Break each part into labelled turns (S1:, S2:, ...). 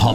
S1: Ha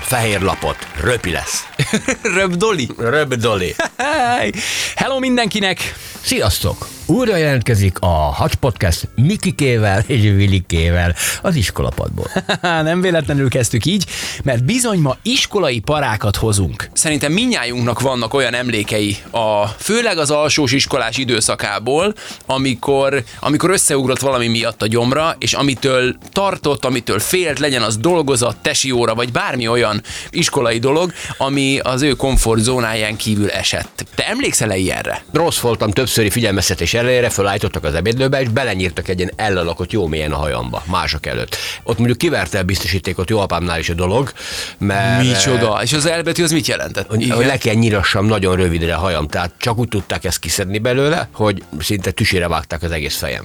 S2: fehér lapot, röpi lesz.
S3: Röbdoli.
S2: Röbdoli.
S3: Hey. Hello mindenkinek!
S4: Sziasztok! Újra jelentkezik a Hacs Podcast Mikikével és Vilikével az iskolapadból.
S3: Nem véletlenül kezdtük így, mert bizony ma iskolai parákat hozunk. Szerintem minnyájunknak vannak olyan emlékei, a, főleg az alsós iskolás időszakából, amikor, amikor összeugrott valami miatt a gyomra, és amitől tartott, amitől félt, legyen az dolgozat, tesi óra, vagy bármi olyan iskolai dolog, ami az ő komfortzónáján kívül esett. Te emlékszel-e ilyenre?
S2: Rossz voltam többszöri figyelmeztetés ellenére, fölállítottak az ebédlőbe, és belenyírtak egy ilyen ellalakot jó mélyen a hajamba, mások előtt. Ott mondjuk kiverte a biztosítékot jó apámnál is a dolog, mert...
S3: Micsoda? És az elbetű az mit jelentett?
S2: Hogy, hogy le kell nyírassam nagyon rövidre a hajam, tehát csak úgy tudták ezt kiszedni belőle, hogy szinte tüsére vágták az egész fejem.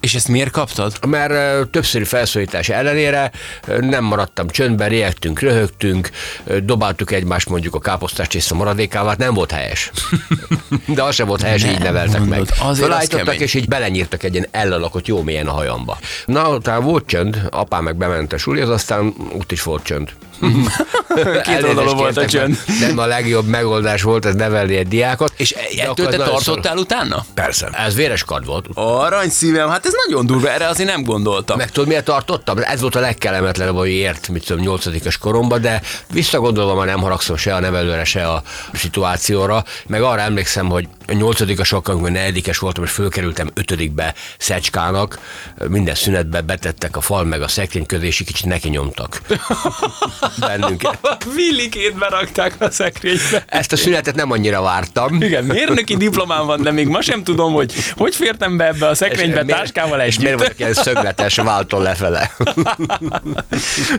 S3: És ezt miért kaptad?
S2: Mert ö, többszörű felszólítás ellenére ö, nem maradtam csöndben, riektünk, röhögtünk, ö, dobáltuk egymást mondjuk a káposztás tészta maradékával, hát nem volt helyes. De az sem volt helyes,
S3: Nem
S2: így neveltek
S3: mondod,
S2: meg.
S3: azért az
S2: Fölállítottak,
S3: kemény.
S2: és így belenyírtak egy ilyen ellalakot jó mélyen a hajamba. Na, utána volt csönd, apám meg bement a sulihoz, aztán ott is volt csönd. Elnézést
S3: oldalú volt a
S2: kértek,
S3: csönd.
S2: mert Nem a legjobb megoldás volt ez nevelni egy diákot.
S3: És e-
S2: De akkor
S3: ettől
S2: ez
S3: te
S2: nagyon
S3: tartottál utána?
S2: szor- Persze. Ez véres kard volt.
S3: Arany szívem, hát ez nagyon durva, erre azért nem gondoltam.
S2: Meg tudod, miért tartottam? Ez volt a legkellemetlenebb, hogy ért, mit tudom, nyolcadikos koromban, de visszagondolva már nem haragszom se a nevelőre, se a szituációra, meg arra emlékszem, hogy a nyolcadikosokkal, amikor negyedikes voltam, és fölkerültem ötödikbe Szecskának, minden szünetbe betettek a fal meg a szekrény közé, és egy kicsit neki nyomtak bennünket.
S3: Villikét berakták a szekrénybe.
S2: Ezt a szünetet nem annyira vártam.
S3: Igen, mérnöki diplomám van, de még ma sem tudom, hogy hogy fértem be ebbe a szekrénybe
S2: miért-
S3: táskával
S2: és
S3: együtt.
S2: miért vagyok ilyen szögletes válton lefele?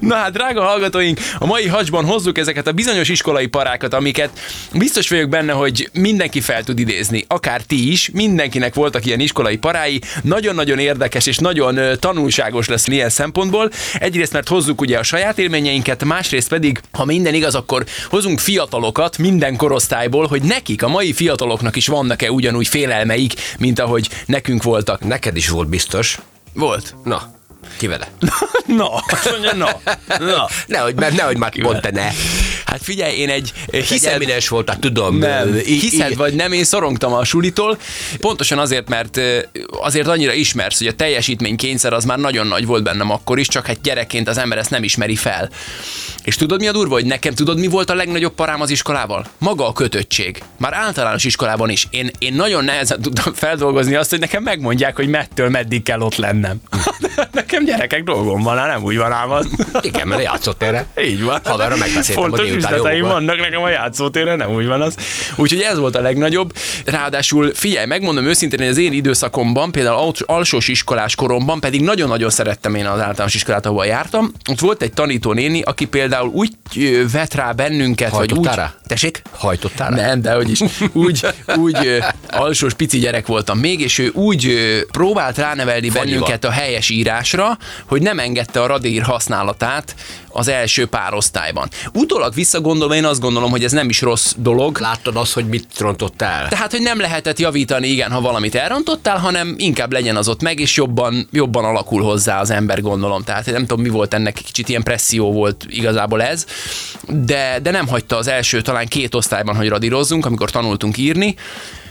S3: Na hát, drága hallgatóink, a mai hacsban hozzuk ezeket a bizonyos iskolai parákat, amiket biztos vagyok benne, hogy mindenki fel tud idézni. Akár ti is, mindenkinek voltak ilyen iskolai parái, nagyon-nagyon érdekes és nagyon ö, tanulságos lesz ilyen szempontból. Egyrészt, mert hozzuk ugye a saját élményeinket, másrészt pedig, ha minden igaz, akkor hozunk fiatalokat minden korosztályból, hogy nekik, a mai fiataloknak is vannak-e ugyanúgy félelmeik, mint ahogy nekünk voltak.
S2: Neked is volt biztos.
S3: Volt.
S2: Na, ki vele?
S3: Na, azt mondja, na, na.
S2: Nehogy, mert nehogy már pont te ne.
S3: Hát figyelj, én egy
S2: Hiszed,
S3: hiszed,
S2: mines voltál, tudom.
S3: Nem,
S2: Ö, í-
S3: hiszed
S2: í-
S3: vagy nem, én szorongtam a sulitól, pontosan azért, mert ö, azért annyira ismersz, hogy a teljesítménykényszer az már nagyon nagy volt bennem akkor is, csak hát gyerekként az ember ezt nem ismeri fel. És tudod mi a durva, hogy nekem tudod mi volt a legnagyobb parám az iskolával? Maga a kötöttség. Már általános iskolában is. Én, én nagyon nehezen tudtam feldolgozni azt, hogy nekem megmondják, hogy mettől meddig kell ott lennem. nekem gyerekek dolgom van, hát nem úgy van ám az.
S2: Igen, mert játszott erre.
S3: Így van.
S2: Haverra megbeszéltem, hogy
S3: Hát, Fontos
S2: délután
S3: üzleteim
S2: jó volt.
S3: vannak nekem a játszótéren, nem úgy van az. Úgyhogy ez volt a legnagyobb. Ráadásul figyelj, megmondom őszintén, hogy az én időszakomban, például alt- alsós iskolás koromban pedig nagyon-nagyon szerettem én az általános iskolát, ahol jártam. Ott volt egy tanítónéni, aki például úgy ö, vett rá bennünket,
S2: Hajtottál
S3: vagy úgy...
S2: rá?
S3: Tessék?
S2: Hajtottál rá?
S3: Nem, de hogy is. Úgy, úgy ö, alsós pici gyerek voltam még, és ő úgy ö, próbált ránevelni
S2: Fagyival.
S3: bennünket a helyes írásra, hogy nem engedte a radír használatát az első párosztályban. Utólag visszagondolva én azt gondolom, hogy ez nem is rossz dolog.
S2: Láttad azt, hogy mit rontott el?
S3: Tehát, hogy nem lehetett javítani, igen, ha valamit elrontottál, hanem inkább legyen az ott meg, és jobban, jobban alakul hozzá az ember, gondolom. Tehát nem tudom, mi volt ennek, kicsit ilyen presszió volt igazából ez, de, de nem hagyta az első, talán két osztályban, hogy radírozzunk, amikor tanultunk írni,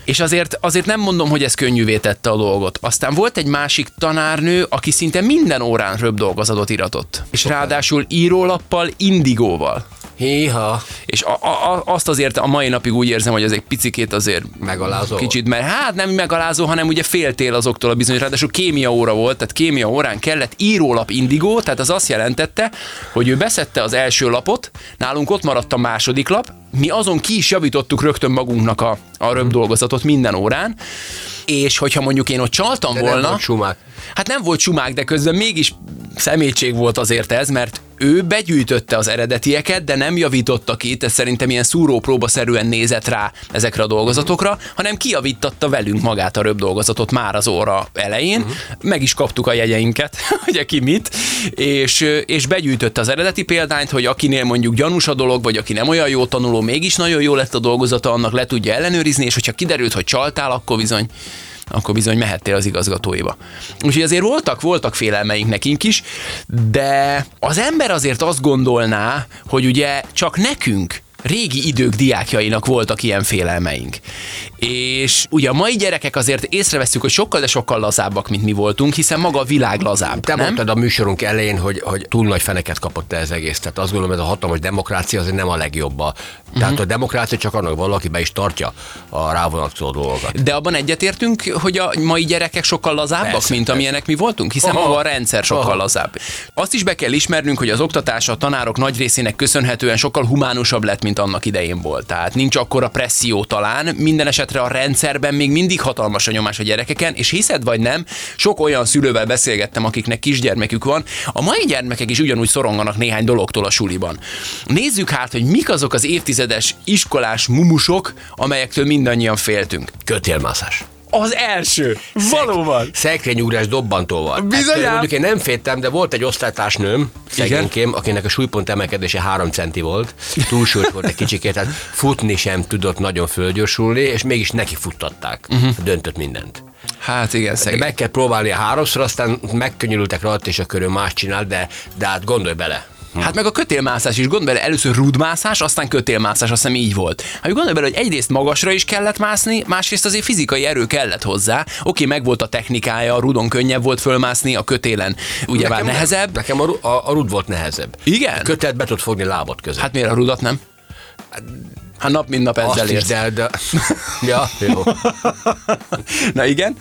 S3: és azért, azért nem mondom, hogy ez könnyűvé tette a dolgot. Aztán volt egy másik tanárnő, aki szinte minden órán röbb dolgozatot iratott. És ráadásul írólappal, indigóval.
S2: Héha.
S3: És a, a, a, azt azért a mai napig úgy érzem, hogy az egy picikét azért
S2: Megalázó volt.
S3: Kicsit, mert hát nem megalázó, hanem ugye féltél azoktól a bizonyos, ráadásul kémia óra volt, tehát kémia órán kellett írólap indigó, tehát az azt jelentette, hogy ő beszette az első lapot, nálunk ott maradt a második lap, mi azon ki is javítottuk rögtön magunknak a, a röbb dolgozatot minden órán, és hogyha mondjuk én ott csaltam
S2: De nem
S3: volna,
S2: volt sumák.
S3: Hát nem volt sumák, de közben mégis szemétség volt azért ez, mert ő begyűjtötte az eredetieket, de nem javította ki, Benedikte szerintem ilyen szúrópróbaszerűen nézett rá ezekre a dolgozatokra, hanem kiavítatta velünk magát a röbb dolgozatot már az óra elején. Meg is kaptuk a jegyeinket, hogy aki mit, és, és begyűjtött az eredeti példányt, hogy akinél mondjuk gyanús a dolog, vagy aki nem olyan jó tanuló, mégis nagyon jó lett a dolgozata, annak le tudja ellenőrizni, és hogyha kiderült, hogy csaltál, akkor bizony akkor bizony mehettél az igazgatóiba. Úgyhogy azért voltak, voltak félelmeink nekünk is, de az ember azért azt gondolná, hogy ugye csak nekünk régi idők diákjainak voltak ilyen félelmeink. És ugye a mai gyerekek azért észreveszünk, hogy sokkal, de sokkal lazábbak, mint mi voltunk, hiszen maga a világ lazább.
S2: Te
S3: nem?
S2: mondtad a műsorunk elején, hogy, hogy túl nagy feneket kapott ez egész. Tehát azt gondolom, ez a hatalmas demokrácia azért nem a legjobb. a-
S3: Mhm.
S2: Tehát a demokrácia csak annak valaki be is tartja a rávonatkozó dolgokat.
S3: De abban egyetértünk, hogy a mai gyerekek sokkal lazábbak,
S2: Persze,
S3: mint amilyenek mi voltunk, hiszen
S2: Aha.
S3: maga a rendszer sokkal
S2: Aha.
S3: lazább. Azt is be kell ismernünk, hogy az oktatás a tanárok nagy részének köszönhetően sokkal humánusabb lett, mint annak idején volt. Tehát nincs akkora presszió talán, minden esetre a rendszerben még mindig hatalmas a nyomás a gyerekeken, és hiszed vagy nem, sok olyan szülővel beszélgettem, akiknek kisgyermekük van, a mai gyermekek is ugyanúgy szoronganak néhány dologtól a suliban. Nézzük hát, hogy mik azok az évtizedes iskolás mumusok, amelyektől mindannyian féltünk.
S2: Kötélmászás.
S3: Az első. Valóban.
S2: Szekrényugrás dobbantóval.
S3: Bizonyám.
S2: Ettől Mondjuk én nem féltem, de volt egy osztálytársnőm, szegénykém, akinek a súlypont emelkedése 3 centi volt, túlsúlyos volt egy kicsikét, tehát futni sem tudott nagyon fölgyorsulni, és mégis neki futtatták. Uh-huh. Döntött mindent.
S3: Hát Mhm. igen,
S2: De
S3: szegény.
S2: meg kell próbálni a háromszor, aztán megkönnyülültek rajta, és a körül más csinál, de, de hát gondolj bele.
S3: Hát meg a kötélmászás is, gondolj bele, először rúdmászás, aztán kötélmászás, azt hiszem így volt. Hát gondolj bele, hogy egyrészt magasra is kellett mászni, másrészt azért fizikai erő kellett hozzá. Oké, meg volt a technikája, a rudon könnyebb volt fölmászni, a kötélen ugyebár
S2: Nekem-
S3: nehezebb.
S2: Nekem a, ru- a, a rud volt nehezebb.
S3: Igen?
S2: A kötelet be tud fogni lábad között.
S3: Hát miért a rudat nem? Hát nap mint nap ezzel
S2: azt is,
S3: érsz.
S2: de, de... ja, jó.
S3: Na igen.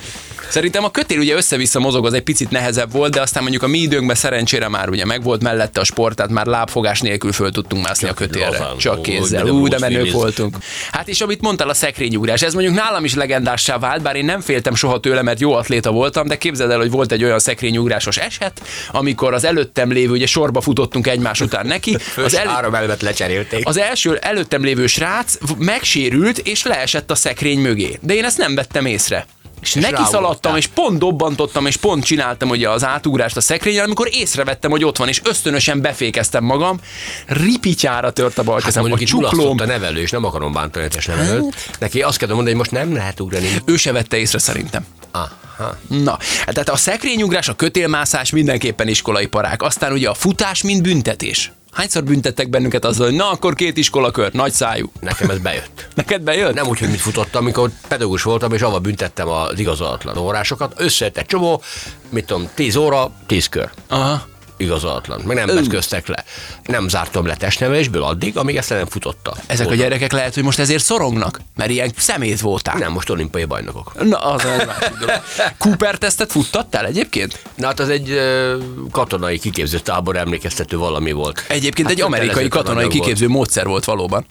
S3: Szerintem a kötél ugye össze-vissza mozog, az egy picit nehezebb volt, de aztán mondjuk a mi időnkben szerencsére már ugye megvolt mellette a sport, tehát már lábfogás nélkül föl tudtunk mászni
S2: Csak
S3: a kötélre.
S2: lazán.
S3: Csak
S2: Ó,
S3: kézzel.
S2: de
S3: Ú, de
S2: Bruce
S3: menők
S2: Willis.
S3: voltunk. Hát és amit mondtál a szekrényugrás, ez mondjuk nálam is legendássá vált, bár én nem féltem soha tőle, mert jó atléta voltam, de képzeld el, hogy volt egy olyan szekrényugrásos eset, amikor az előttem lévő, ugye sorba futottunk egymás után neki, az
S2: Az
S3: elő,
S2: három elvet lecserélték.
S3: az első előttem lévő srác v- megsérült, és leesett a szekrény mögé. De én ezt nem vettem észre. És, és neki
S2: ráugrottam.
S3: szaladtam, és pont dobbantottam, és pont csináltam ugye az átugrást a szekrényen, amikor észrevettem, hogy ott van, és ösztönösen befékeztem magam. Ripityára tört a Hát? bal
S2: Hát
S3: kezem,
S2: mondjuk
S3: aki
S2: itt csúklom.
S3: csuklóm.
S2: a nevelő, és nem akarom bántani a nevelőt. Neki azt kell mondani, hogy most nem lehet ugrani.
S3: Ő se vette észre szerintem.
S2: Aha.
S3: Na, hát tehát a szekrényugrás, a kötélmászás mindenképpen iskolai parák. Aztán ugye a futás, mint büntetés. Hányszor büntettek bennünket azzal, hogy na akkor két iskolakör, nagy szájú.
S2: Nekem ez bejött.
S3: Neked bejött?
S2: Nem úgy, hogy mit futottam, amikor pedagógus voltam, és avval büntettem az igazolatlan órásokat. Összejött egy csomó, mit tudom, 10 óra, 10 kör.
S3: Aha.
S2: Igazolatlan. Meg nem beszköztek le. Nem zártam le testnevelésből addig, amíg ezt le nem futottam.
S3: Ezek a
S2: Voltam.
S3: gyerekek lehet, hogy most ezért szorongnak, mert ilyen szemét voltál.
S2: Nem, most olimpiai bajnokok.
S3: Na, az egy másik dolog. Cooper tesztet futtattál egyébként?
S2: Na hát az egy ö, katonai kiképző tábor emlékeztető valami volt.
S3: Egyébként
S2: Hát
S3: egy amerikai
S2: kötelező
S3: katonai
S2: tananyag volt.
S3: kiképző módszer volt valóban.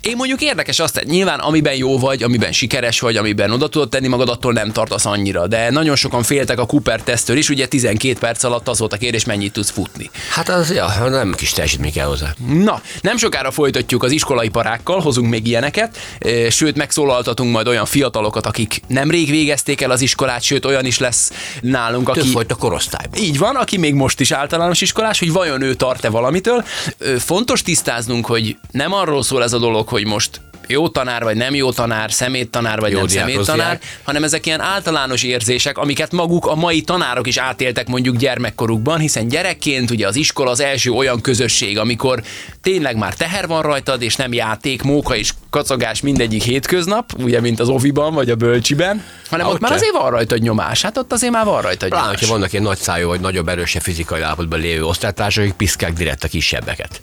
S3: Én mondjuk érdekes azt, hogy nyilván amiben jó vagy, amiben sikeres vagy, amiben oda tudod tenni magad, attól nem tartasz annyira. De nagyon sokan féltek a Cooper tesztől is, ugye 12 perc alatt az volt a kérdés, mennyit tudsz futni.
S2: Hát az, ja, nem kis teljesítmény kell hozzá.
S3: Na, nem sokára folytatjuk az iskolai parákkal, hozunk még ilyeneket, ö, sőt, megszólaltatunk majd olyan fiatalokat, akik nemrég végezték el az iskolát, sőt, olyan is lesz nálunk, aki...
S2: Többfajta korosztályban.
S3: Így van, aki még most is általános iskolás, hogy vajon ő tart-e valamitől. Ö, Fontos tisztáznunk, hogy nem arról szól ez a dolog, hogy most jó tanár vagy nem jó tanár, szeméttanár vagy
S2: Jó
S3: nem
S2: diák, rossz
S3: szeméttanár,
S2: diák.
S3: hanem ezek ilyen általános érzések, amiket maguk a mai tanárok is átéltek mondjuk gyermekkorukban, hiszen gyerekként ugye az iskola az első olyan közösség, amikor tényleg már teher van rajtad, és nem játék, móka és kacagás mindegyik hétköznap, ugye mint az oviban vagy a bölcsiben, hanem
S2: Há,
S3: ott
S2: ott
S3: már
S2: se.
S3: azért van rajtad nyomás, hát ott azért már van rajtad
S2: Pláne,
S3: nyomás.
S2: hogyha vannak ilyen nagy szájú, vagy nagyobb erősebb fizikai állapotban lévő osztálytársak, akik piszkák direkt a kisebbeket.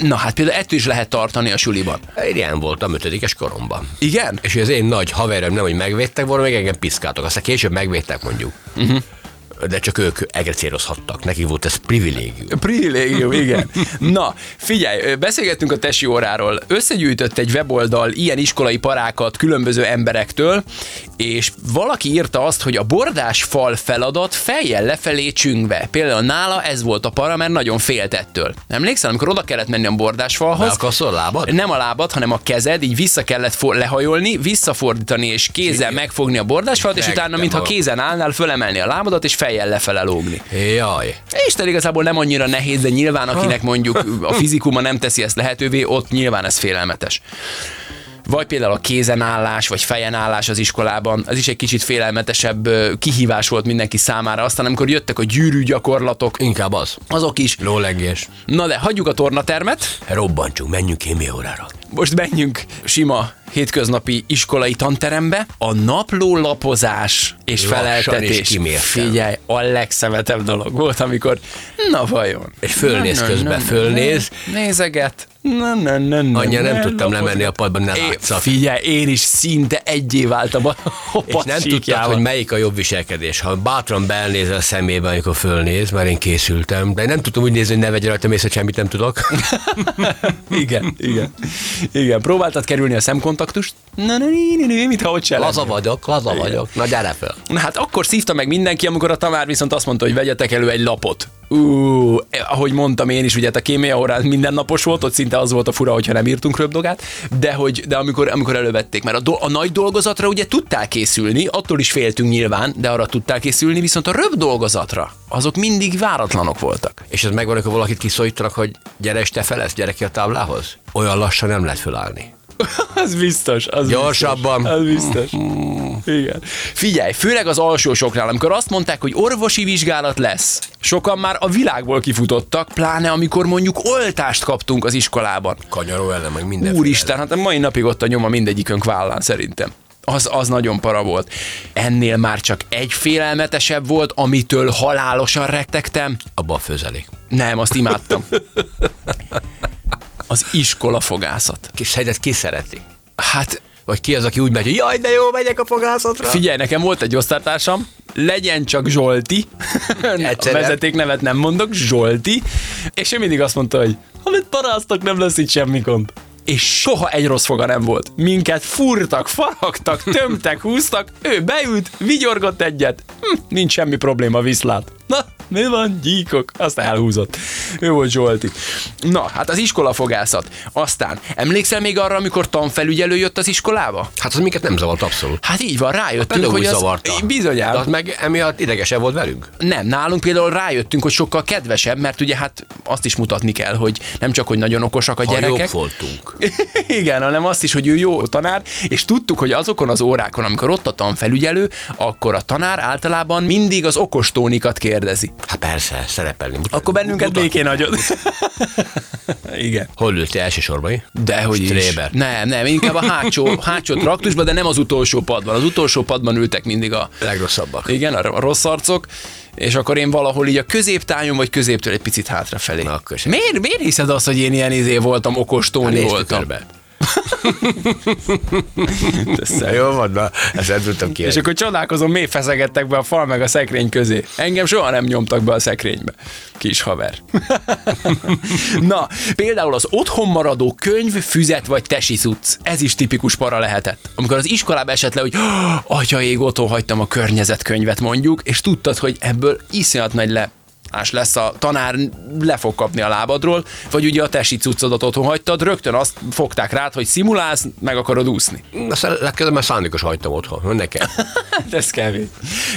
S3: Na hát például ettől is lehet tartani a suliban.
S2: Én ilyen voltam ötödikes koromban.
S3: Igen?
S2: És az én nagy haverem nem, hogy megvédtek volna, meg engem piszkáltak. Aztán később megvédtek mondjuk. Uh-huh. de csak ők egrecérozhattak. Nekik volt ez privilégium.
S3: Privilégium, igen. Na, figyelj, beszélgettünk a tesi óráról. Összegyűjtött egy weboldal ilyen iskolai parákat különböző emberektől, és valaki írta azt, hogy a bordás fal feladat fejjel lefelé csüngve. Például nála ez volt a para, mert nagyon félt ettől. Emlékszel, amikor oda kellett menni a bordás falhoz?
S2: Elkaszol lábad?
S3: Nem a lábad, hanem a kezed, így vissza kellett for- lehajolni, visszafordítani és kézzel megfogni a bordásfalat, és
S2: Meg
S3: utána,
S2: nem
S3: mintha
S2: hallom.
S3: kézen állnál, fölemelni a lábadat és fejjel lefele lógni.
S2: Jaj.
S3: Isten igazából nem annyira nehéz, de nyilván akinek mondjuk a fizikuma nem teszi ezt lehetővé, ott nyilván ez félelmetes. Vagy például a kézenállás, vagy fejenállás az iskolában, ez is egy kicsit félelmetesebb ö, kihívás volt mindenki számára. Aztán amikor jöttek a gyűrű gyakorlatok,
S2: Inkább az.
S3: azok is.
S2: Lólengés.
S3: Na de hagyjuk a tornatermet,
S2: Robbantsunk, menjünk kémia órára.
S3: most menjünk sima hétköznapi iskolai tanterembe. A napló lapozás és
S2: Lassan és
S3: feleltetés.
S2: kimértem.
S3: Figyelj, a legszemetebb dolog volt, amikor na vajon.
S2: És fölnéz közben, fölnéz.
S3: Nézeget. Na, na, na, na,
S2: Anyja, nem tudtam
S3: lapoz-
S2: lemenni a padban, ne
S3: É,
S2: látszak.
S3: Figyelj, én is szinte egyé váltam a
S2: És nem tudtad, hogy melyik a jobb viselkedés. Ha bátran belnézel a szemébe, amikor fölnéz, már én készültem, de nem tudtam úgy nézni, hogy ne vegye rajtam észre, hogy semmit nem tudok.
S3: Igen, igen. Igen, próbáltad kerülni a szemkontaktust? Na, na, na, na, na, mintha ott se
S2: Laza
S3: lenne.
S2: vagyok, laza vagyok. Na gyere fel.
S3: Na hát akkor szívta meg mindenki, amikor a tanár viszont azt mondta, hogy vegyetek elő egy lapot. Ú, eh, ahogy mondtam én is, ugye hát a kémia órán mindennapos volt, ott szinte az volt a fura, hogyha nem írtunk röpdogát, de, hogy, de amikor, amikor elővették, mert a, do, a nagy dolgozatra ugye tudtál készülni, attól is féltünk nyilván, de arra tudtál készülni, viszont a röp dolgozatra azok mindig váratlanok voltak.
S2: És ez megvan, amikor valakit kiszorítanak, hogy gyere és te felesz, gyere ki a táblához. Olyan lassan nem lehet fölállni.
S3: az biztos, az
S2: Gyorsabban.
S3: Az biztos. Igen. Figyelj, főleg az alsósoknál, amikor azt mondták, hogy orvosi vizsgálat lesz, sokan már a világból kifutottak, pláne amikor mondjuk oltást kaptunk az iskolában.
S2: Kanyaró ellen, meg minden.
S3: Úristen, hát a mai napig ott a nyoma mindegyikünk vállán szerintem. Az, az nagyon para volt. Ennél már csak egy félelmetesebb volt, amitől halálosan rettegtem.
S2: Abba a főzelék.
S3: Nem, azt imádtam. Az iskola fogászat.
S2: És szerinted ki szereti?
S3: Hát
S2: Vagy ki az, aki úgy megy, hogy jaj, de jó, megyek a fogászatra?
S3: Figyelj, nekem volt egy osztálytársam, legyen csak Zsolti, a
S2: Egyszerűen.
S3: vezeték nevet nem mondok, Zsolti, és ő mindig azt mondta, hogy amit paráztak, nem lesz itt semmi gond. És soha egy rossz foga nem volt. Minket furtak, faragtak, tömtek, húztak, ő beült, vigyorgott egyet. Hm, nincs semmi probléma, viszlát. Na, mi van, gyíkok? Azt elhúzott. Ő volt Zsolti. Na, hát az iskolafogászat. Aztán, emlékszel még arra, amikor tanfelügyelő jött az iskolába?
S2: Hát az minket nem zavart abszolút.
S3: Hát így van, rájöttünk,
S2: Pedagógus
S3: hogy az
S2: zavarta. De hát-
S3: bizonyára.
S2: az meg emiatt idegesebb volt velünk.
S3: Nem, nálunk például rájöttünk, hogy sokkal kedvesebb, mert ugye hát azt is mutatni kell, hogy nem csak, hogy nagyon okosak a
S2: Ha
S3: gyerekek.
S2: jobb voltunk.
S3: Igen, hanem azt is, hogy ő jó tanár, és tudtuk, hogy azokon az órákon, amikor ott a tanfelügyelő, akkor a tanár általában mindig az okostónikat kérdezi.
S2: Hát persze, szerepelni.
S3: Akkor bennünket
S2: Mutatni.
S3: békén hagyod. Igen.
S2: Hol ültél elsősorban?
S3: Dehogy is.
S2: Stréber.
S3: Nem, nem, inkább a hátsó, hátsó traktusban, de nem az utolsó padban. Az utolsó padban ültek mindig a,
S2: Legrosszabbak.
S3: Igen, a a rossz arcok, és akkor én valahol így a középtájon, vagy középtől egy picit hátrafelé.
S2: Na, akkor sem. Hát
S3: miért, miért hiszed azt, hogy én ilyen izé voltam, okos tóni
S2: Nézd
S3: voltam?
S2: tükörbe. Tesszel, jó van, na, ezt nem tudtam ki.
S3: És akkor csodálkozom, miért feszegettek be a fal meg a szekrény közé. Engem soha nem nyomtak be a szekrénybe. Kis haver. Na, például az otthon maradó könyv, füzet vagy tesi cucc. Ez is tipikus para lehetett. Amikor az iskolába esett le, hogy "Ah, atya ég, otthon hagytam a környezetkönyvet mondjuk, és tudtad, hogy ebből iszonyat nagy le más lesz a tanár, le fog kapni a lábadról, vagy ugye a tesi cuccodat otthon hagytad, rögtön azt fogták rád, hogy szimulálsz, meg akarod úszni.
S2: Aztán legközelebb már szándékos hagytam otthon, hogy ne kell.
S3: Hát Ez kevés.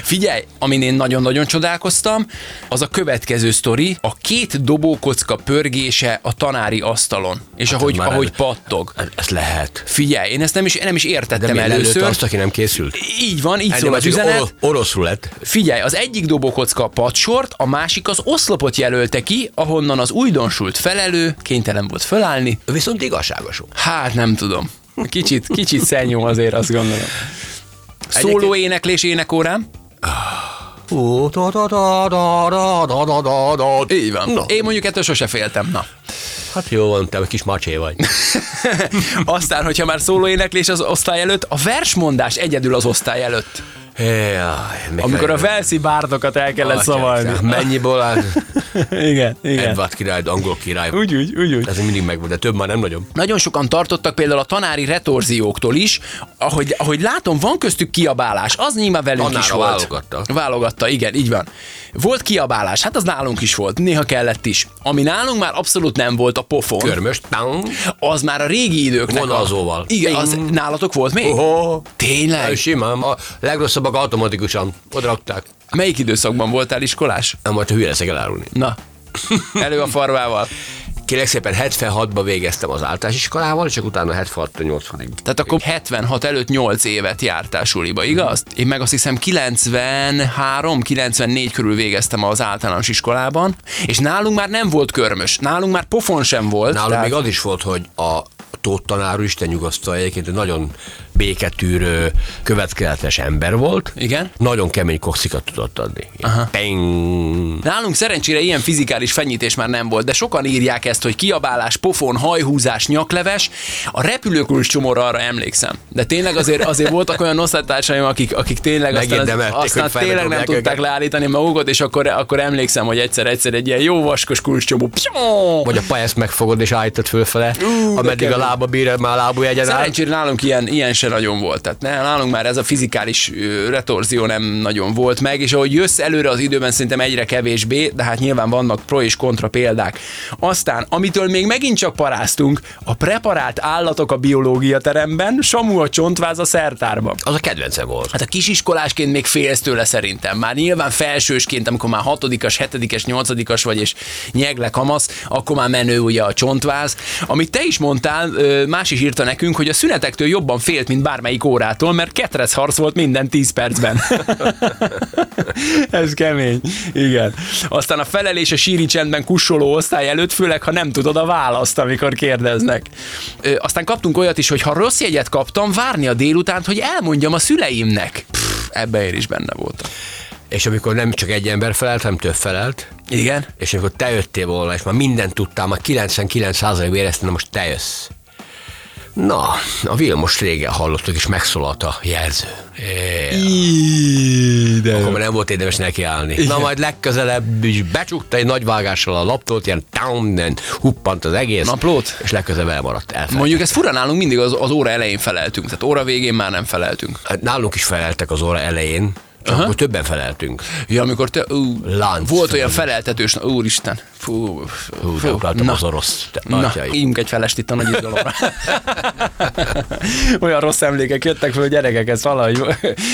S3: Figyelj, amin én nagyon-nagyon csodálkoztam, az a következő sztori, a két dobókocka pörgése a tanári asztalon, és ahogy,
S2: Hát már
S3: ahogy
S2: el-
S3: pattog.
S2: Ez- Ez lehet.
S3: Figyelj, én ezt nem is, nem is
S2: De
S3: értettem
S2: mi először...
S3: először.
S2: azt, aki nem készült?
S3: Így van, így szól
S2: Ennyi,
S3: az
S2: vagy, hogy
S3: üzenet.
S2: oro- Orosz rulett.
S3: Figyelj, az egyik dobókocka a padsort, a másik az oszlopot jelölte ki, ahonnan az újdonsult felelő kénytelen volt fölállni.
S2: Viszont igazságos volt.
S3: Hát nem tudom. Kicsit, kicsit szennyom azért, azt gondolom. Szóló éneklés énekórám.
S2: Ó, da, da, da, da, da, da, da, da, da.
S3: Így van.
S2: Na,
S3: Én mondjuk ettől sose féltem. Na.
S2: hát jó van, te kis macsé vagy.
S3: Aztán, hogyha már szóló éneklés az osztály előtt, a versmondás egyedül az osztály előtt.
S2: Jaj, mikor-
S3: Amikor a velszi bárdokat el kellett
S2: Atyám,
S3: szavarni.
S2: Mennyiből állt?
S3: Igen, igen.
S2: Hát Edward király, angol király.
S3: Úgy, úgy, úgy, úgy.
S2: Ez még mindig megvan, de több már nem nagyon.
S3: Nagyon sokan tartottak például a tanári retorzióktól is, ahogy, ahogy látom, van köztük kiabálás, az nyilván velünk
S2: Tanára
S3: is volt.
S2: válogatta.
S3: Válogatta, igen, így van. Volt kiabálás, hát az nálunk is volt, néha kellett is. Ami nálunk már abszolút nem volt a pofon,
S2: Körmös. Tang.
S3: az már a régi időknek.
S2: Vonalzóval.
S3: A... Igen, az nálatok volt még?
S2: Oho.
S3: Tényleg?
S2: Simán, a legrosszabbak automatikusan odrakták.
S3: Melyik időszakban voltál iskolás?
S2: Nem volt, hülye leszek elárulni.
S3: Na, elő a farvával.
S2: Kérlek szépen, 76-ba végeztem az általános iskolával, csak utána 76-80-ig.
S3: Tehát akkor 76 előtt 8 évet jártál suliba, igaz? Én meg azt hiszem 93-94 körül végeztem az általános iskolában, és nálunk már nem volt körmös, nálunk már pofon sem volt.
S2: Nálunk
S3: tehát-
S2: még az is volt, hogy a Tóth tanár úr, Isten nyugasztal egyébként egy nagyon béketűrő, következetes ember volt.
S3: Igen.
S2: Nagyon kemény kokszikat tudott adni. Aha. Peng.
S3: Nálunk szerencsére ilyen fizikális fenyítés már nem volt, de sokan írják ezt, hogy kiabálás, pofon, hajhúzás, nyakleves. A repülőkulcs csomóra arra emlékszem. De tényleg azért, azért voltak olyan osztálytársaim, akik, akik tényleg aztán,
S2: Megérdemelték,
S3: az, aztán
S2: hogy fejbe
S3: tényleg nem
S2: dobják
S3: tudták
S2: őket.
S3: leállítani magukat, és akkor, akkor emlékszem, hogy egyszer-egyszer egy ilyen jó vaskos kulcscsomó. Psong!
S2: Vagy a pajeszt megfogod és állítod fölfele,
S3: de
S2: ameddig a
S3: kemény.
S2: lába bír, már lábú egyen áll.
S3: Szerencsére nálunk ilyen, ilyen se nagyon volt. Tehát ne, nálunk már ez a fizikális ö, retorzió nem nagyon volt meg, és ahogy jössz előre az időben szerintem egyre kevésbé, de hát nyilván vannak pro és kontra példák. Aztán, amitől még megint csak paráztunk, a preparált állatok a biológia teremben, Samu a csontváz a szertárban.
S2: Az a kedvencem volt.
S3: Hát a kisiskolásként még félsz tőle szerintem. Már nyilván felsősként, amikor már hatodikas, hetedikes, nyolcadikas vagy, és nyegle kamasz, akkor már menő ugye a csontváz. Amit te is mondtál, ö, más is írta nekünk, hogy a szünetektől jobban félt, mint bármelyik órától, mert ketrec harc volt minden 10 percben. Ez kemény. Igen. Aztán a felelés a síri csendben kussoló osztály előtt, főleg ha nem tudod a választ, amikor kérdeznek. Ö, aztán kaptunk olyat is, hogy ha rossz jegyet kaptam, várni a délutánt, hogy elmondjam a szüleimnek. Pff, ebbe én is benne voltam.
S2: És amikor nem csak egy ember felelt, hanem több felelt,
S3: Igen?
S2: és amikor te jöttél volna, és már mindent tudtál, már 99%-ban éreztem, na most te jössz. Na, a Vilmos régen hallottuk, és megszólalt a jelző. É,
S3: Ide.
S2: akkor már nem volt érdemes nekiállni. Na majd legközelebb is becsukta egy nagy vágással a laptot, ilyen down, ilyen huppant az egész.
S3: Naplót?
S2: És legközelebb elmaradt. Elfelejtett.
S3: Mondjuk ez fura nálunk, mindig az, az óra elején feleltünk, tehát óra végén már nem feleltünk.
S2: Hát Nálunk is feleltek az óra elején, csak akkor többen feleltünk.
S3: Ja, amikor te, ú,
S2: Lánc.
S3: volt olyan feleltetős, na, úristen, fú,
S2: Hú, de akartam az orosz. te-
S3: Na,
S2: atyai.
S3: ígyunk egy felest itt a nagy izgalomra. Olyan rossz emlékek jöttek föl, gyerekek, ezt valahogy,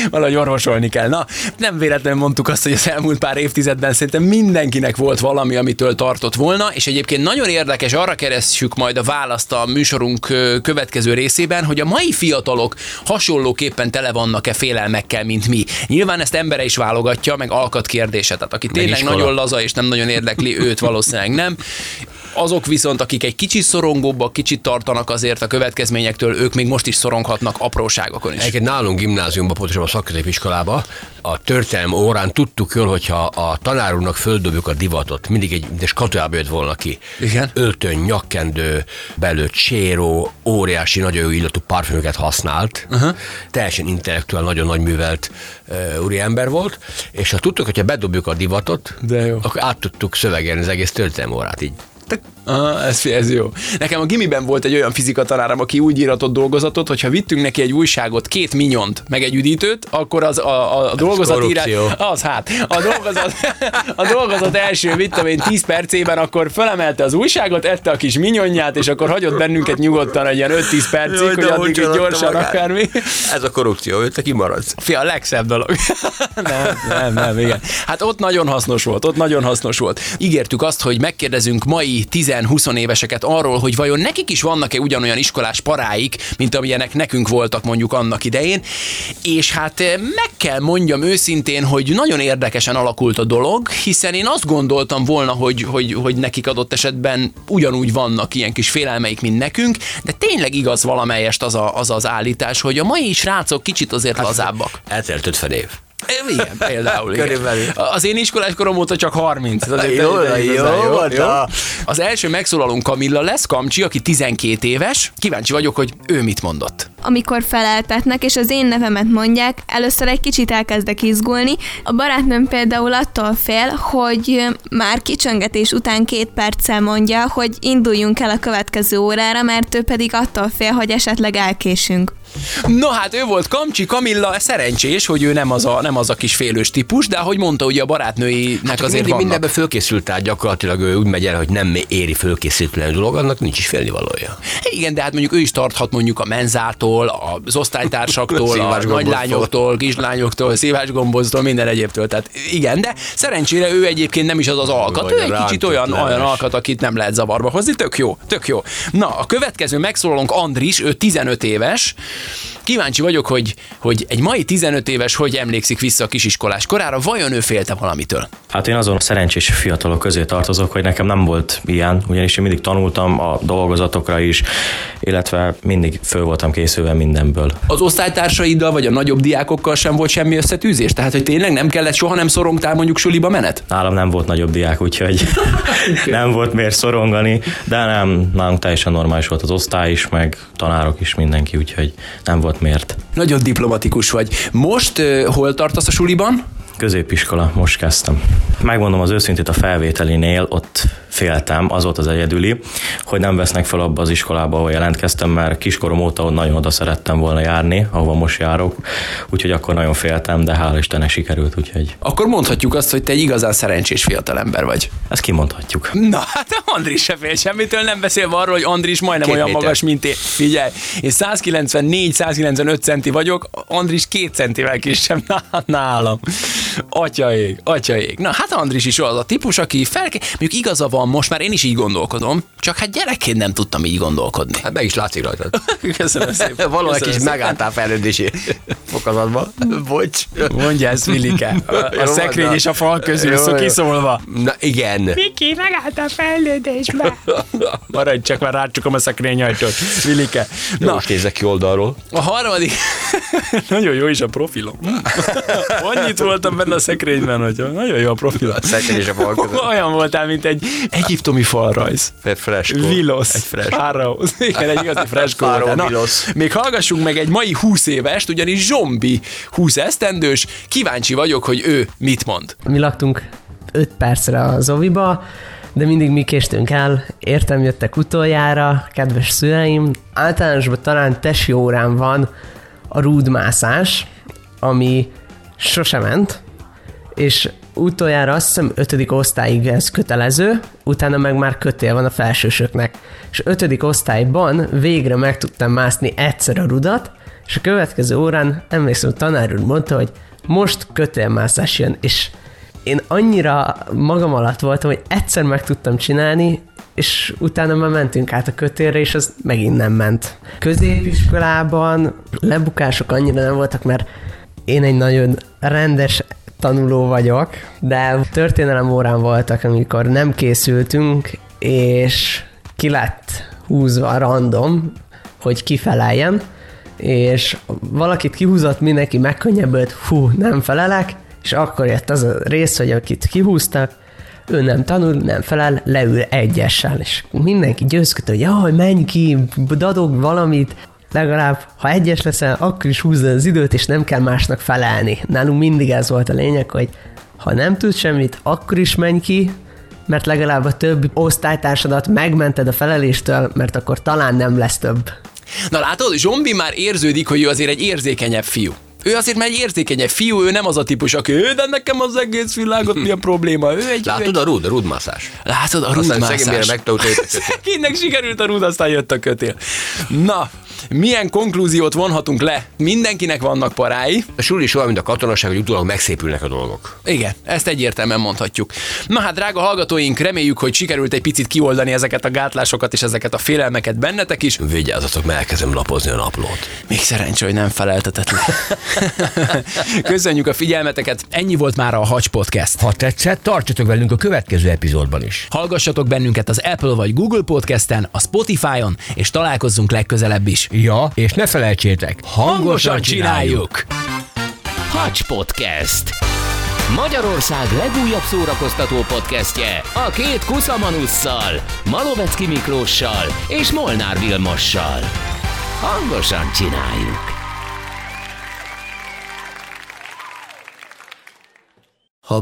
S3: valahogy orvosolni kell. Na, nem véletlenül mondtuk azt, hogy az elmúlt pár évtizedben szerintem mindenkinek volt valami, amitől tartott volna, és egyébként nagyon érdekes, arra keressük majd a választ a műsorunk ö, következő részében, hogy a mai fiatalok hasonlóképpen tele vannak-e félelmekkel, mint mi. Nyilván ezt embere is válogatja, meg alkat kérdése. Tehát aki tényleg
S2: iskola.
S3: nagyon laza és nem nagyon érdekli, őt valószínűleg nem. Azok viszont, akik egy kicsit szorongóbbak, kicsit tartanak azért a következményektől, ők még most is szoronghatnak apróságokon is.
S2: Egyébként nálunk gimnáziumban, pontosan a szakközépiskolába, a történelem órán tudtuk jól, hogyha a tanárunknak földobjuk a divatot, mindig egy de skatujába jött volna ki.
S3: Igen.
S2: Öltöny, nyakkendő, belőtt séró, óriási, nagyon jó illatú parfümöket használt. Uh-huh. Teljesen intellektuál, nagyon nagy művelt uh, úriember volt, és ha tudtuk, hogyha bedobjuk a divatot,
S3: De jó.
S2: akkor át tudtuk szövegelni az egész történelem órát így.
S3: Ah, ez, ez jó. Nekem a gimiben volt egy olyan fizika tanárom, aki úgy íratott dolgozatot, hogy ha vittünk neki egy újságot, két minyont, meg egy üdítőt, akkor az a, a, a dolgozat írás,
S2: korrupció.
S3: az hát, a dolgozat, a dolgozat első, mit tudom én, 10 percében, akkor felemelte az újságot, ette a kis minyonját, és akkor hagyott bennünket nyugodtan egy ilyen 5-10 percig,
S2: Jaj,
S3: hogy
S2: de hogy
S3: addig így
S2: csalódta
S3: gyorsan
S2: magát.
S3: akármi.
S2: Ez a korrupció, őt te kimaradsz.
S3: Fia, a legszebb dolog. nem, nem, nem, igen. Hát ott nagyon hasznos volt, ott nagyon hasznos volt. Ígértük azt, hogy megkérdezünk mai 10-20 éveseket arról, hogy vajon nekik is vannak-e ugyanolyan iskolás paráik, mint amilyenek nekünk voltak mondjuk annak idején. És hát eh, meg kell mondjam őszintén, hogy nagyon érdekesen alakult a dolog, hiszen én azt gondoltam volna, hogy, hogy, hogy nekik adott esetben ugyanúgy vannak ilyen kis félelmeik, mint nekünk, de tényleg igaz valamelyest az a, az, az állítás, hogy a mai srácok kicsit azért lazábbak.
S2: Eltelt 50 év.
S3: Ö, Igen, például. Igen.
S2: Körülbelül.
S3: Az én iskolás korom óta csak 30. Ez azért
S2: Jó,
S3: igazán
S2: jó, volt, na.
S3: Az első megszólalunk Kamilla lesz, Kamcsi, aki 12 éves. Kíváncsi vagyok, hogy ő mit mondott.
S5: amikor feleltetnek, és az én nevemet mondják, először egy kicsit elkezdek izgulni. A barátnőm például attól fél, hogy már kicsöngetés után két perccel mondja, hogy induljunk el a következő órára, mert ő pedig attól fél, hogy esetleg elkésünk.
S3: No hát ő volt Kamcsi Kamilla, szerencsés, hogy ő nem az a, nem az a kis félős típus, de ahogy mondta, ugye a barátnőinek hát, azért
S2: mindig
S3: vannak.
S2: mindenben fölkészült, tehát gyakorlatilag ő úgy megy el, hogy nem éri fölkészítlen dolog, annak nincs is félnivalója.
S3: Igen, de hát mondjuk ő is tarthat mondjuk a menzától, az osztálytársaktól, a
S2: Szívás
S3: nagylányoktól, kislányoktól, szívás gomboztól, minden egyébtől. Tehát igen, de szerencsére ő egyébként nem is az az alkat. Ő
S2: Vagy a
S3: egy kicsit olyan,
S2: rántotlenes.
S3: olyan alkat, akit nem lehet zavarba hozni. Tök jó, tök jó. Na, a következő megszólalónk Andris, ő 15 éves. Kíváncsi vagyok, hogy, hogy egy mai 15 éves hogy emlékszik vissza a kisiskolás korára, vajon ő félte valamitől?
S6: Hát én azon a szerencsés fiatalok közé tartozok, hogy nekem nem volt ilyen, ugyanis én mindig tanultam a dolgozatokra is, illetve mindig föl voltam készülve mindenből.
S3: az osztálytársaiddal vagy a nagyobb diákokkal sem volt semmi összetűzés? Tehát, hogy tényleg nem kellett soha nem szorongtál mondjuk suliba menet?
S6: Nálam nem volt nagyobb diák, úgyhogy nem volt miért szorongani, de nem, nálunk teljesen normális volt az osztály is, meg tanárok is mindenki, úgyhogy nem volt miért.
S3: Nagyon diplomatikus vagy. Most ö, hol tartasz a suliban?
S6: Középiskola, most kezdtem. Megmondom az őszintét, a felvételinél ott féltem, az volt az egyedüli, hogy nem vesznek fel abba az iskolába, ahol jelentkeztem, mert kiskorom óta ott nagyon oda szerettem volna járni, ahova most járok, úgyhogy akkor nagyon féltem, de hála Istennek sikerült, úgyhogy
S3: Akkor mondhatjuk azt, hogy te egy igazán szerencsés fiatalember vagy.
S6: ezt kimondhatjuk.
S3: Na, hát Andris se fél semmitől, nem beszélve arról, hogy Andris majdnem
S2: Két
S3: olyan
S2: méter.
S3: magas, mint én. Figyelj, én 194-195 centi vagyok, Andris két centivel kisebb ná- nálam. Atyaék, atyaék. Na, hát Andris is az a típus, aki fel... Mondjuk igaza van most, már én is így gondolkodom, csak hát gyerekként nem tudtam így gondolkodni.
S2: Hát meg is látszik rajtad.
S3: Köszönöm szépen.
S2: Valahol egy
S3: Köszönöm
S2: kis
S3: szépen.
S2: megálltál fejlődési fokozatban. Bocs.
S3: Mondja ezt, Vilike. A,
S2: Jó
S3: a
S2: van,
S3: szekrény
S2: na.
S3: és a fal közül
S2: Jó,
S3: szó
S2: jó.
S3: kiszólva.
S2: Na igen.
S7: Miki, meglát a fejlődésbe.
S3: Maradj csak, már rácsukom a szekrény ajtót. Vilike.
S2: Na.
S3: Na,
S2: Most nézek ki oldalról.
S3: A harmadik... nagyon jó is a profilom. Annyit voltam benne a szekrényben, hogy nagyon jó a profilom.
S2: Szekrény és a fal között.
S3: Olyan voltál, mint egy egyiptomi falrajz.
S2: Egy freskó.
S3: Vilosz.
S2: Egy freskó.
S3: Fáraó. Igen, egy igazi freskó.
S2: Fáraó
S3: voltál. Na,
S2: Vilosz.
S3: még hallgassunk meg egy mai 20 évest, ugyanis zombi 20 esztendős. Kíváncsi vagyok, hogy ő mit mond.
S8: Mi laktunk 5 percre a Zoviba, de mindig mi késtünk el, értem jöttek utoljára, kedves szüleim. Általánosban talán tesi órán van a rúdmászás, ami sose ment, és utoljára azt hiszem ötödik osztályig ez kötelező, utána meg már kötél van a felsősöknek. És ötödik osztályban végre meg tudtam mászni egyszer a rudat, és a következő órán emlékszem, a tanár úr mondta, hogy most kötélmászás jön, és én annyira magam alatt voltam, hogy egyszer meg tudtam csinálni, és utána már mentünk át a kötélre, és az megint nem ment. Középiskolában lebukások annyira nem voltak, mert én egy nagyon rendes tanuló vagyok, de történelem órán voltak, amikor nem készültünk, és ki lett húzva a random, hogy kifeleljen, és valakit kihúzott, mindenki megkönnyebbült, hú, nem felelek, és akkor jött az a rész, hogy akit kihúztak, ő nem tanul, nem felel, leül egyessel, és mindenki győzködött, hogy jaj, menj ki, dadog valamit, legalább ha egyes leszel, akkor is húzza az időt, és nem kell másnak felelni. Nálunk mindig ez volt a lényeg, hogy ha nem tudsz semmit, akkor is menj ki, mert legalább a többi osztálytársadat megmented a feleléstől, mert akkor talán nem lesz több.
S3: Na látod, Zsombi már érződik, hogy ő azért egy érzékenyebb fiú. Ő azért már egy érzékenyebb fiú, ő nem az a típus, aki ő, de nekem az egész világot mi a probléma. Ő egy, ő
S2: Látod
S3: egy...
S2: a rúd, a rúdmászás.
S3: Látod, a
S2: Aztán szegény
S3: rúdmászás.
S2: mire megtanult, hogy-
S3: Szegénynek sikerült a rúd, aztán jött a kötél. Na, milyen konklúziót vonhatunk le? Mindenkinek vannak parái.
S2: A suli is olyan, mint a katonaság, hogy utólag megszépülnek a dolgok.
S3: Igen, ezt egyértelműen mondhatjuk. Na hát, drága hallgatóink, reméljük, hogy sikerült egy picit kioldani ezeket a gátlásokat és ezeket a félelmeket bennetek is.
S2: Vigyázzatok, mert elkezdem lapozni a naplót.
S3: Még szerencsé, hogy nem feleltetett le. Köszönjük a figyelmeteket, ennyi volt már a Hacs Podcast.
S4: Ha tetszett, tartsatok velünk a következő epizódban is.
S3: Hallgassatok bennünket az Apple vagy Google Podcasten, a Spotify-on, és találkozzunk legközelebb is.
S4: Ja, és ne felejtsétek, hangosan,
S3: Hangosan csináljuk!
S1: Hacs Podcast. Magyarország legújabb szórakoztató podcastje a két kuszamanusszal, Malovecki Miklóssal és Molnár Vilmossal. hangosan csináljuk.
S9: Ha